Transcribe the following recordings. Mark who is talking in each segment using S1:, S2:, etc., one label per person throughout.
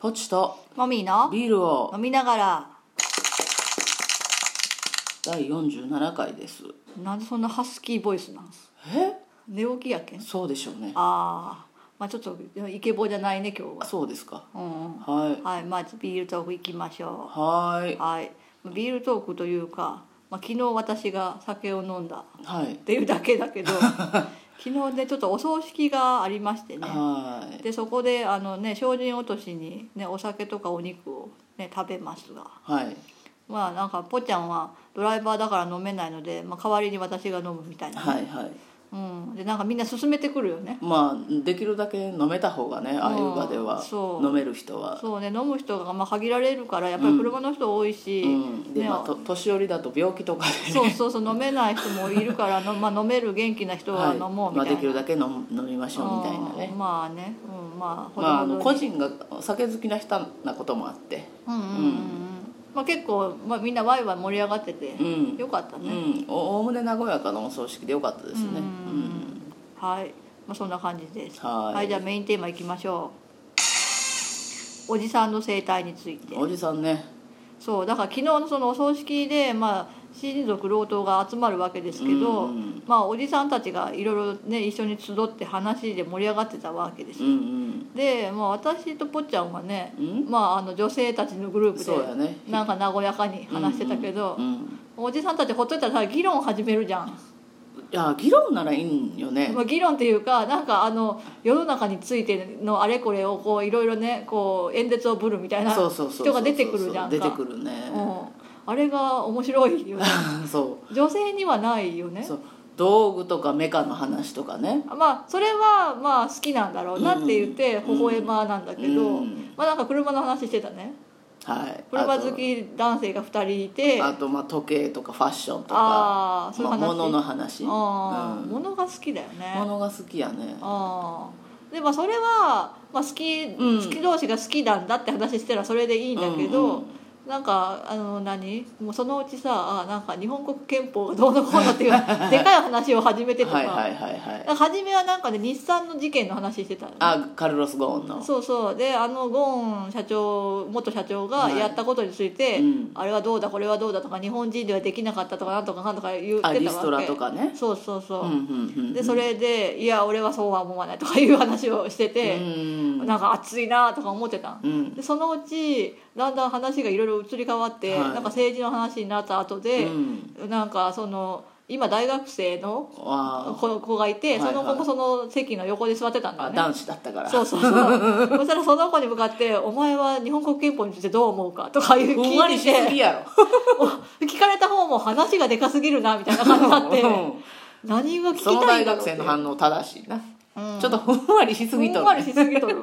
S1: ポチと
S2: もみの
S1: ビールを
S2: 飲みながら
S1: 第47回です
S2: なんでそんなハスキーボイスなんす
S1: え
S2: 寝起きやけんあ
S1: そうでしょうね
S2: あーまあちょっとイケボじゃないね今日は
S1: そうですか
S2: うんうん
S1: はい
S2: はいまずビールトーク行きましょ
S1: は
S2: うはいビールトークというか、まあ、昨日私が酒を飲んだ
S1: いはい
S2: っていうだけだけど昨日ねちょっとお葬式がありましてね
S1: はい
S2: でそこであのね精進落としにねお酒とかお肉をね食べますが
S1: はい
S2: まあなんかぽっちゃんはドライバーだから飲めないので、まあ、代わりに私が飲むみたいな、
S1: はいはい
S2: うん、でなんかみんな勧めてくるよね
S1: まあできるだけ飲めた方がねああいう場では
S2: そう
S1: 飲める人は
S2: そうね飲む人がまあ限られるからやっぱり車の人多いし、
S1: うんで
S2: ね
S1: まあと年寄りだと病気とかで
S2: そうそうそう飲めない人もいるからの、まあ、飲め る元気な人
S1: は
S2: は飲
S1: い
S2: もうみ
S1: まあ
S2: た
S1: で
S2: いな、
S1: きるだけ飲む飲みましょうみたいな
S2: う
S1: ね
S2: んまあね、うん、まあほ
S1: まああの
S2: どほど
S1: 個
S2: に
S1: 人がお酒好きな人なこともあって
S2: うんうんうんうんまあ、結構、まあ、みんなワイワイ盛り上がってて、
S1: うん
S2: よかった
S1: う
S2: ね、
S1: んおおむね和やかなお葬式でよかったですね
S2: う
S1: う
S2: ん
S1: ん
S2: はい、まあ、そんな感じです
S1: はい
S2: じゃあメインテーマいきましょうおじさんの生態について
S1: おじさんね
S2: そうだから昨日のそのお葬式で、まあ、親族老頭が集まるわけですけど、
S1: うん
S2: まあ、おじさんたちがいろいろね一緒に集って話で盛り上がってたわけです
S1: うんう
S2: よ、
S1: ん
S2: で、まあ、私とぽっちゃんはね、
S1: うん
S2: まあ、あの女性たちのグループ
S1: そうや
S2: で
S1: ね
S2: なんか和やかに話してたけど、
S1: うんうん
S2: おじさんたちほっといたらさ議論始めるじゃん、
S1: いや議論ならいいんよね
S2: まあ、議論っていうかなんかあの世の中についてのあれこれをこういろいろねこう演説をぶるみたいな
S1: そうそうそう
S2: 人が出てくるじゃんか
S1: 出てくるね
S2: うん、あれが面白いよね
S1: そ
S2: 女性にはないよ
S1: う
S2: ね
S1: そう道具とかメカの話とかね
S2: まあそれはまあ好きなんだろうなって言って
S1: うん
S2: 微笑まなんだけど、
S1: うん
S2: まあなんか車の話してたね
S1: はい
S2: 車好
S1: あ
S2: き男性が2人いて
S1: とあとまあ時計とかファッションとか
S2: ああそういう
S1: まあ
S2: 話、
S1: 物の話
S2: あー
S1: うん
S2: 物が好きだよね
S1: 物が好きやね
S2: ああでまあそれは、まあ、好き、
S1: うん
S2: 好き同士が好きなんだって話してたらそれでいいんだけど、
S1: うんうん
S2: なんかあの何もうそのうちさあなんか日本国憲法がどうのこうのっていう でかい話を始めてとか,、
S1: はいはいはいはい
S2: 初めはなんかね日産の事件の話してたのね
S1: あカルロス・ゴーンの
S2: そうそうであのゴーン社長元社長が
S1: はい
S2: やったことについて、
S1: うん
S2: あれはどうだこれはどうだとか日本人ではできなかったとかなんとかなんとか言ってた
S1: あ
S2: わけ
S1: リストラとかね
S2: そうそうそう、
S1: うんうんうん
S2: でそれで「いや俺はそうは思わない」とかいう話をして
S1: う
S2: て、
S1: ん
S2: なんか熱いなとか思ってた
S1: うん
S2: でそのうちだんだん話がいろいろ移り変わって、
S1: はい
S2: なんか政治の話になった後で
S1: う、ん
S2: なんかその今大学生の
S1: あ
S2: 子子がい
S1: は
S2: て、
S1: いはい
S2: その子もその席の横で座ってたん
S1: ー
S2: だ
S1: あ
S2: よね
S1: 男子だったから
S2: そうそうそ うそしたらその子に向かって「お前は日本国憲法についてどう思うか?」とかいう
S1: ふんわ
S2: 聞
S1: り
S2: い
S1: しす
S2: て
S1: ぎ
S2: て
S1: やろ
S2: 聞かれた方も話がでかすぎるなみたいな感じになって
S1: うん
S2: 何が聞きた
S1: そ
S2: いん
S1: の
S2: だろうっ
S1: 大
S2: て
S1: 学生の反応正しいな、
S2: うん
S1: ちょっとふんわりしすぎと
S2: ふんわりしすぎとる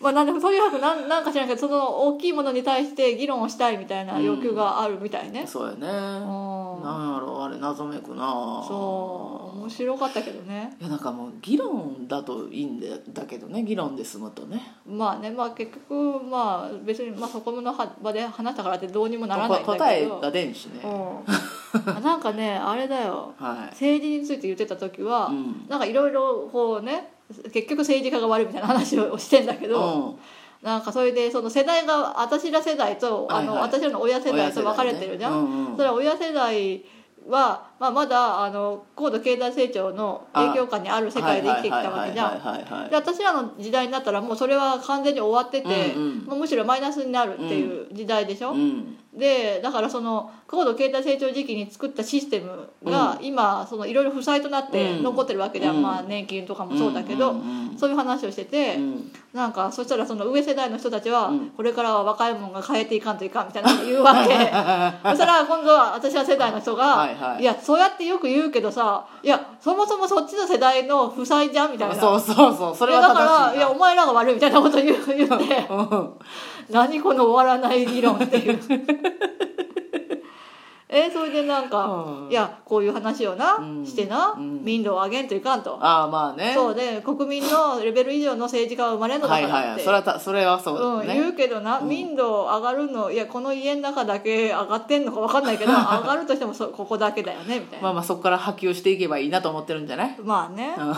S2: わまあなんでもとにかくなんなんか知らんけどその大きいものに対して議論をしたいみたいな要求があるみたいね、
S1: そうやね
S2: うん、
S1: なんやろあれ謎めくな
S2: そう面白かったけどね
S1: いやなんかもう議論だといいんだだけどね議論で済むとね
S2: まあねまあ結局まあ別に、まあ、そこの場で話したからってどうにもならないんだけど
S1: 答えが出んしね、
S2: うん、なんかねあれだよ
S1: は
S2: 政治について言ってた時
S1: い、
S2: は、
S1: うん
S2: なんかいろいろこうね結局政治家が悪いみたいな話をしてんだけど、
S1: うん
S2: なんかそれでその世代が私ら世代と、あ
S1: はい
S2: の
S1: はい
S2: 私らの親世代と分かれてるじゃ
S1: 親
S2: ん、
S1: 世代ねうんうん
S2: それは親世代は、まあ、まだあの高度経済成長の影響下にある世界で生きてきたわけじゃ
S1: はい
S2: ん
S1: はいはいはい
S2: で私らの時代になったらもうそれは完全に終わってて、
S1: うんうん
S2: もうむしろマイナスになるっていう時代でしょ、
S1: うん
S2: でだからその高度経済成長時期に作ったシステムが今そのいろいろ負債となって残ってるわけじゃん、
S1: うん
S2: まあ、年金とかもそうだけど、
S1: んんうん
S2: そういう話をしてて。
S1: うん
S2: なんかそしたらその上世代の人たちは、
S1: うん
S2: これからは若いもんが変えていかんといかんみたいなこと言 うわけそしたら今度は私は世代の人が
S1: はいはい
S2: やそうやってよく言うけどさいやそもそもそっちの世代の負債じゃん」みたいな
S1: そうそうそうそれは
S2: だか
S1: 正
S2: ら「
S1: しい
S2: いやお前らが悪い」みたいなこと言う言っ て
S1: うん
S2: 何この終わらない議論っていう えそれでなんか
S1: うん
S2: 「いやこういう話をな、
S1: うん
S2: してな、
S1: うん
S2: 民度を上げんといかん」と。
S1: ああまあね
S2: そうで国民のレベル以上の政治家は生まれるのだ
S1: は
S2: か
S1: い
S2: らって、
S1: はいはいそれはたそれはそう
S2: うん、
S1: だね、
S2: 言うけどな、
S1: うん
S2: 民度上がるのいやこの家の中だけ上がってんのか分かんないけど上がるとしてもそここだけだよねみたいな
S1: ま
S2: ま
S1: あまあそこから波及していけばいいなと思ってるんじゃない
S2: あね、
S1: うん
S2: うん、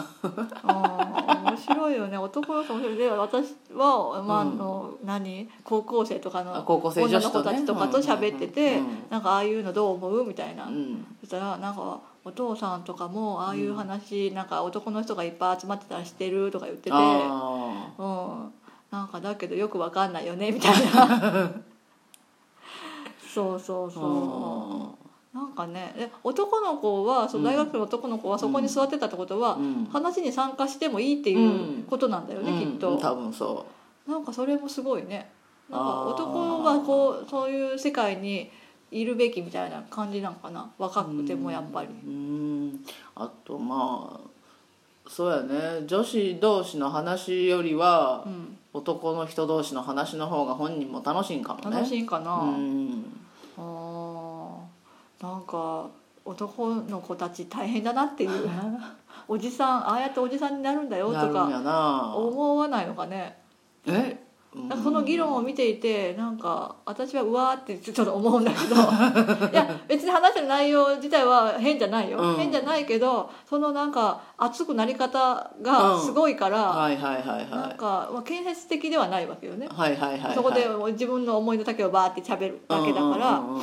S2: 面白いよね男の人面白いで私は、まああの何高校生とか
S1: あ
S2: の
S1: 高校生
S2: 女
S1: 女
S2: の
S1: 子
S2: 子
S1: と、ね、
S2: たちとかと喋ってて、
S1: うん
S2: なんかああいうのどう思うみたいな、
S1: うんうん
S2: そしたらなんかお父さんとかもああいう話、なんか男の人がいっぱい集まってたらしてるとか言っててう
S1: あ
S2: んなんかだけどよくわかんないよねみたいな そうそう
S1: ー
S2: そうなんかねえ男の子はそううん大学生の男の子はそこに座ってたってことは、
S1: うん
S2: 話に参加してもいいっていうことなんだよね、
S1: うん
S2: きっと、
S1: 多分そ
S2: なんかそれもすごいねなんか
S1: あー
S2: 男はこうそういう世界にいるべきみたいな感じなんかな若
S1: う
S2: くてもやっぱり、
S1: うんあとまあそうやね女子同士の話よりは、
S2: うん
S1: 男の人同士の話の方が本人も楽しいんかもね
S2: 楽しいんかな、
S1: うん
S2: あーなんか男の子たち大変だなっていう おじさんああやっておじさんになるんだよと
S1: なるん
S2: か
S1: やな
S2: 思わないのかね
S1: え、うん
S2: なんかその議論を見ていてなんか私はうわーってちょっと思うんだけど いや別に話してる内容自体は変じゃないよ、
S1: うん
S2: 変じゃないけどそのなんか熱くなり方がすごいから、
S1: はいはいはいは
S2: なんか、まあ、建設的ではないわけよね
S1: い、はいはいはいはい
S2: そこで自分の思いの丈をバーって喋るだけだから、
S1: うんうんうんうん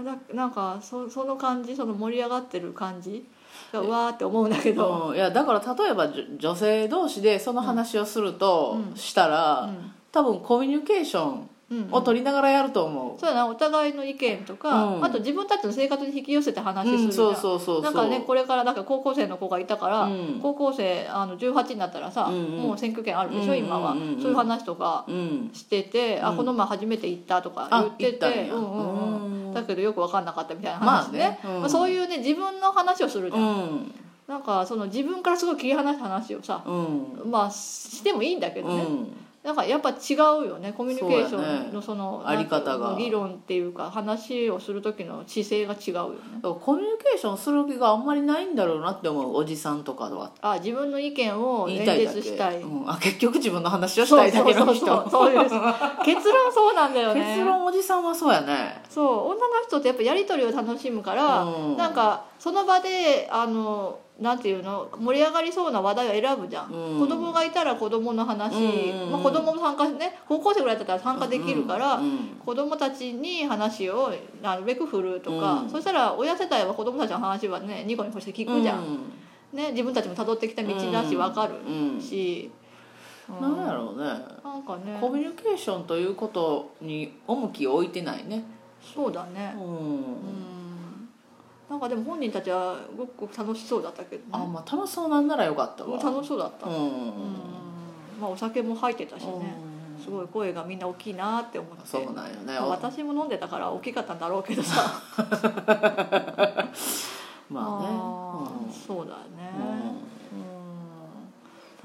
S2: ななんかそその感じその盛り上がってる感じがうわーって思うんだけど、
S1: うんいやだから例えばじょ女性同士でその話をすると
S2: うん
S1: したら、
S2: うん
S1: 多分コミュニケーション
S2: うんうん
S1: を取りながらやると思う、
S2: そうやなお互いの意見とか、
S1: うん
S2: あと自分たちの生活に引き寄せて話す
S1: う
S2: るじゃん、
S1: んそうそうそうそう
S2: なんかねこれからなんか高校生の子がいたから、
S1: うん
S2: 高校生あの18になったらさ、
S1: うんうん
S2: もう選挙権あるでしょ、
S1: うんうんうん
S2: 今は、そういう話とか
S1: うん
S2: してて、
S1: う
S2: あ
S1: ん
S2: この前初めて行ったとか
S1: あ
S2: 言って
S1: 行った
S2: て
S1: んや
S2: うんうんうん
S1: うん
S2: だけどよく分かんなかったみたいな話ね,、
S1: まあねうん
S2: そういうね自分の話をするじゃ、
S1: うんん
S2: なんかその自分からすごい切り離した話をさ、
S1: うん
S2: まあしてもいいんだけど
S1: う
S2: ね、
S1: ん
S2: なんかやっぱ違うよねコミュニケーションのその
S1: あり方が
S2: なんていうの議論っていうか話をする時の姿勢が違うよね
S1: コミュニケーションする気があんまりないんだろうなって思うおじさんとかは
S2: あ自分の意見を
S1: 言
S2: 演
S1: いたいだけ
S2: 説したい
S1: うん、あ結局自分の話をしたいだけの人
S2: そうそうそうそう です結論そうなんだよね
S1: 結論おじさんはそうやね
S2: そう女の人ってやっぱやり取りを楽しむから、
S1: うん
S2: なんかその場であのなんていうの盛り上がりそうな話題を選ぶじゃん、
S1: うん
S2: 子供がいたら子供の話、
S1: うんうんうん
S2: まあ、子供も参加ね高校生ぐらいだったら参加できるから、
S1: うんうん
S2: 子供たちに話をなるべく振るとか、
S1: うん
S2: そしたら親世代は子供たちの話はねニコニコして聞くじゃん、ね、自分たちも辿ってきた道だし分かる
S1: うん
S2: し、うん
S1: なんやろうね
S2: なんかね
S1: コミュニケーションということに重きを置いてないね
S2: そうだね
S1: う
S2: うんんなんかでも本人たちはごくごく楽しそうだったけど、
S1: あ
S2: ね、
S1: まあ楽しそうなんならよかったわ
S2: 楽しそうだった、
S1: う
S2: うん
S1: ん
S2: まあ、お酒も入ってたしね、
S1: うん
S2: すごい声がみんな大きいなって思って
S1: そうなんよね
S2: まあ私も飲んでたから大きかったんだろうけどさ
S1: ま
S2: あ
S1: あ
S2: ー
S1: ね
S2: そうだよねう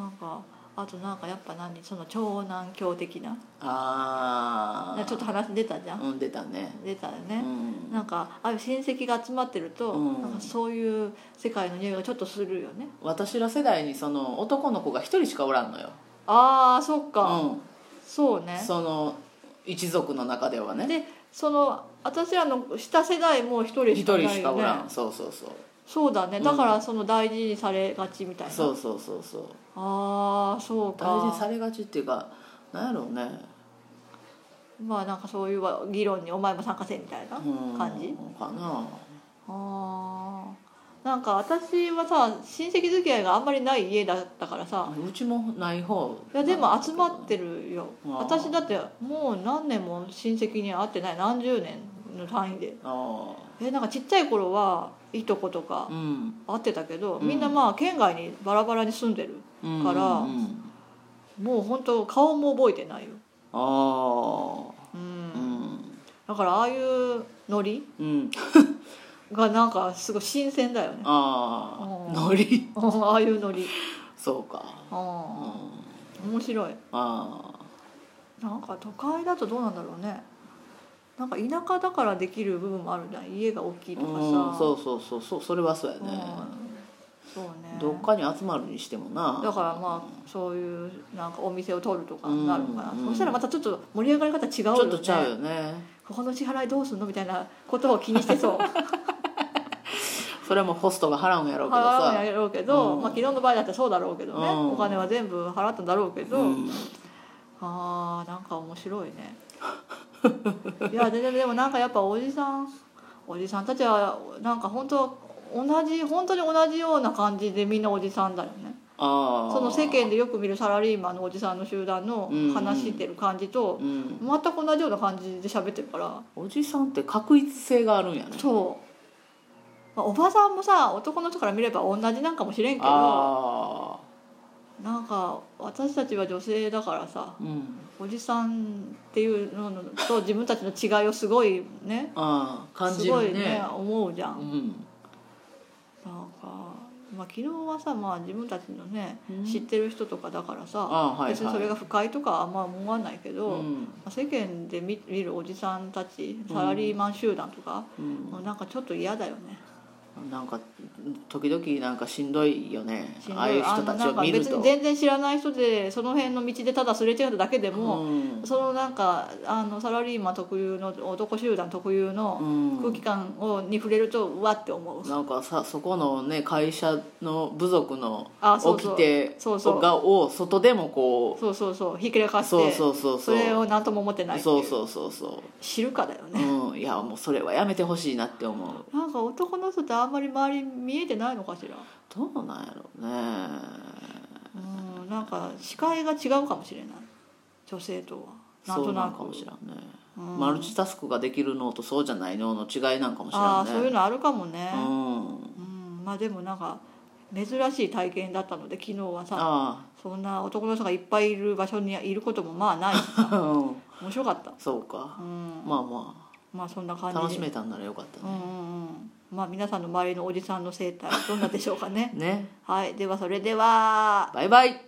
S2: んなんかあとなんかやっぱ何その長男教的な
S1: ああ
S2: ちょっと話出たじゃん、
S1: うん出たね
S2: 出たよ
S1: う
S2: ね、
S1: ん
S2: なんかああいう親戚が集まってると、
S1: うん
S2: なんかそういう世界の匂いがちょっとするよね
S1: 私ら世代にその男の子が一人しかおらんのよ
S2: ああそっか、
S1: うん
S2: そうね
S1: その一族の中ではね
S2: でその私らの下世代も一人
S1: 一
S2: しか
S1: 人
S2: いない
S1: しか
S2: よ
S1: おら
S2: ね
S1: んそうそうそう
S2: そうだねだからその大事にされがちみたいな、
S1: そうそうそうそう
S2: ああそうか
S1: 大事にされがちっていうかなんやろうね
S2: まあなんかそういうわ議論にお前も参加せみたいな
S1: うん
S2: 感じ、
S1: かな
S2: ああなんか私はさ親戚付き合いがあんまりない家だったからさ
S1: うちもない方
S2: いやでも集まってるよ
S1: あー
S2: 私だってもう何年も親戚に会ってない何十年の単位で
S1: あ
S2: えなんかちっちゃい頃はいとこと
S1: あ
S2: か
S1: うん
S2: 会ってたけど、
S1: うん
S2: みんなまあ県外にバラバラに住んでる
S1: うん
S2: から
S1: うんうん
S2: もう本当顔も覚えてないよ、
S1: あ
S2: う
S1: あ
S2: ん
S1: うん
S2: だからああいうノリ
S1: うん
S2: がなんかすごい新鮮だよね
S1: あ
S2: うん
S1: あノリ
S2: ああいうノリ
S1: そうかうん
S2: あー面白い
S1: あ
S2: なんか都会だとどうなんだろうねなんか田舎だからできる部分もあるじゃん家が大き
S1: ー
S2: いとかさ、
S1: うんそうそうそうそうそれはそうやね
S2: うんそうね
S1: どっかに集まるにしてもな
S2: だからまあそういうなんかお店を取るとかになるのかな、
S1: うんうん
S2: そしたらまたちょっと盛り上がり方違うよね
S1: ちょっとちゃうよね
S2: ここの支払いどうすんのみたいなことを気にしてそう
S1: それはもうホストが払うんやろうけど
S2: 払 うん
S1: さ
S2: やろうけど、
S1: うん
S2: まあ、昨日の場合だってそうだろうけどね、
S1: うん
S2: お金は全部払ったんだろうけど、
S1: うん
S2: あーなんか面白いね いやででもでもなんかやっぱおじさんおじさんたちはなんか本当同じ本当に同じような感じでみんなおじさんだよね
S1: ああ
S2: その世間でよく見るサラリーマンのおじさんの集団の
S1: うんうん
S2: 話してる感じと
S1: うん
S2: 全く同じような感じで喋ってるから
S1: おじさんって確一性があるんやね
S2: そう、まあおばさんもさ男の人から見れば同じなんかもしれんけど
S1: あ
S2: なんか私たちは女性だからさ
S1: あうん
S2: おじさんっていうのと自分たちの違いをすごいね
S1: ああ感
S2: す
S1: じ
S2: ごい
S1: るね
S2: ね思うじゃん、
S1: うん
S2: なんか、まあ、昨日はさ、まあ、自分たちのね、
S1: うん
S2: 知ってる人とかだからさ、
S1: あはいはい
S2: 別にそれが不快とかはあんま思わないけ
S1: う
S2: ど、ま
S1: ん
S2: あ世間で見見るおじさんたちサラリーマン集団とか、
S1: うん
S2: もうなんかちょっと嫌だよね
S1: なんか時々なんかしんどいよね
S2: しんど
S1: ああいう人たち
S2: あん
S1: を
S2: ななん
S1: 見
S2: か
S1: る
S2: 別
S1: と
S2: に全然知らない人でその辺の道でただすれ違っただけでも、
S1: うん
S2: そのなんかあのサラリーマン特有の男集団特有の、
S1: うん
S2: 空気感をに触れるとうわって思う
S1: なんかさそこのね会社の部族の
S2: あそうそ
S1: 起き
S2: う
S1: て
S2: そうそう
S1: がを外でもこ
S2: そうそうそうひっくり
S1: う
S2: 返して
S1: そうそうそう
S2: そ
S1: そう
S2: れを何とも思ってないってい
S1: そううそうそうそ
S2: 知るかだよ
S1: う、
S2: ね、
S1: うん、いやもうそれはやめてほしいなって思う
S2: なんか男の人ってあんまり周り見えてないのかしら
S1: どうなんやろうね
S2: うんなんか視界が違うかもしれない女性とはなん
S1: そ
S2: と
S1: うな
S2: なんく
S1: かもしらんね、
S2: うん
S1: マルチタスクができるのとそうじゃないのの違いなんかもし
S2: あ
S1: ら
S2: あ
S1: んね
S2: そういうのあるかもね
S1: うん
S2: うん、まあでもなんか珍しい体験だったので昨日はさ
S1: あ
S2: そんな男の人がいっぱいいる場所にいることもまあないし
S1: あうん
S2: 面白かった
S1: そうか
S2: うん
S1: まあま
S2: まあそんな
S1: あ
S2: 感じで
S1: 楽しめたんならよかった
S2: う
S1: ね、
S2: んうんうんまあ皆さんの周りのおじさんの生態どんなでしょうかね
S1: ね
S2: はいではそれでは
S1: バイバイ